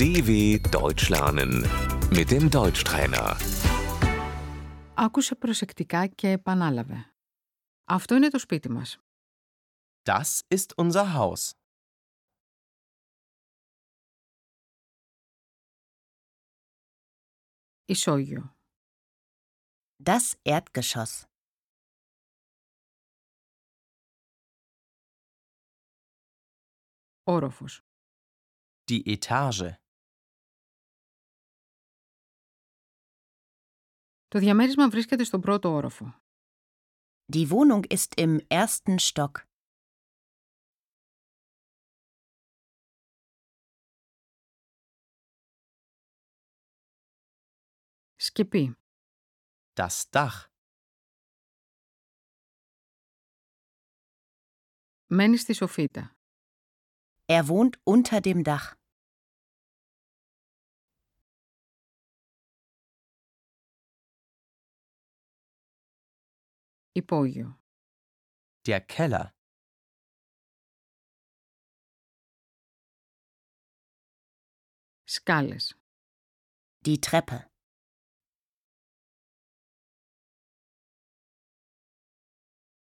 DW Deutsch lernen mit dem Deutschtrainer. Άκουσε προσεκτικά και επανάλαβε. Αυτό είναι το σπίτι μας. Das ist unser Haus. Ισόγειο. Das Erdgeschoss. Όροφος. Die Etage. Το διαμέρισμα βρίσκεται στον πρώτο όροφο. Die Wohnung ist im ersten Stock. Σκεπή. Das Dach. Μένει στη σοφίτα. Er wohnt unter dem Dach. Υπόγειο. Der Keller. Σκάλες. Die Treppe.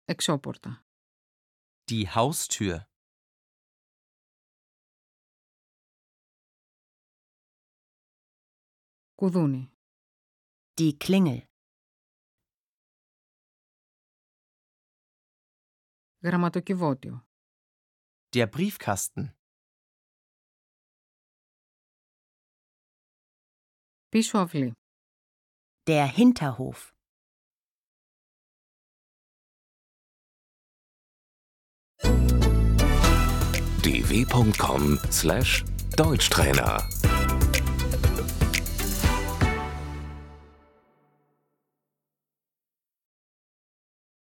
Εξώπορτα. Die Haustür. Κουδούνι. Die Klingel. Γραμματοκιβώτιο. Der Briefkasten. Πίσω αυλή. Der Hinterhof. dw.com/deutschtrainer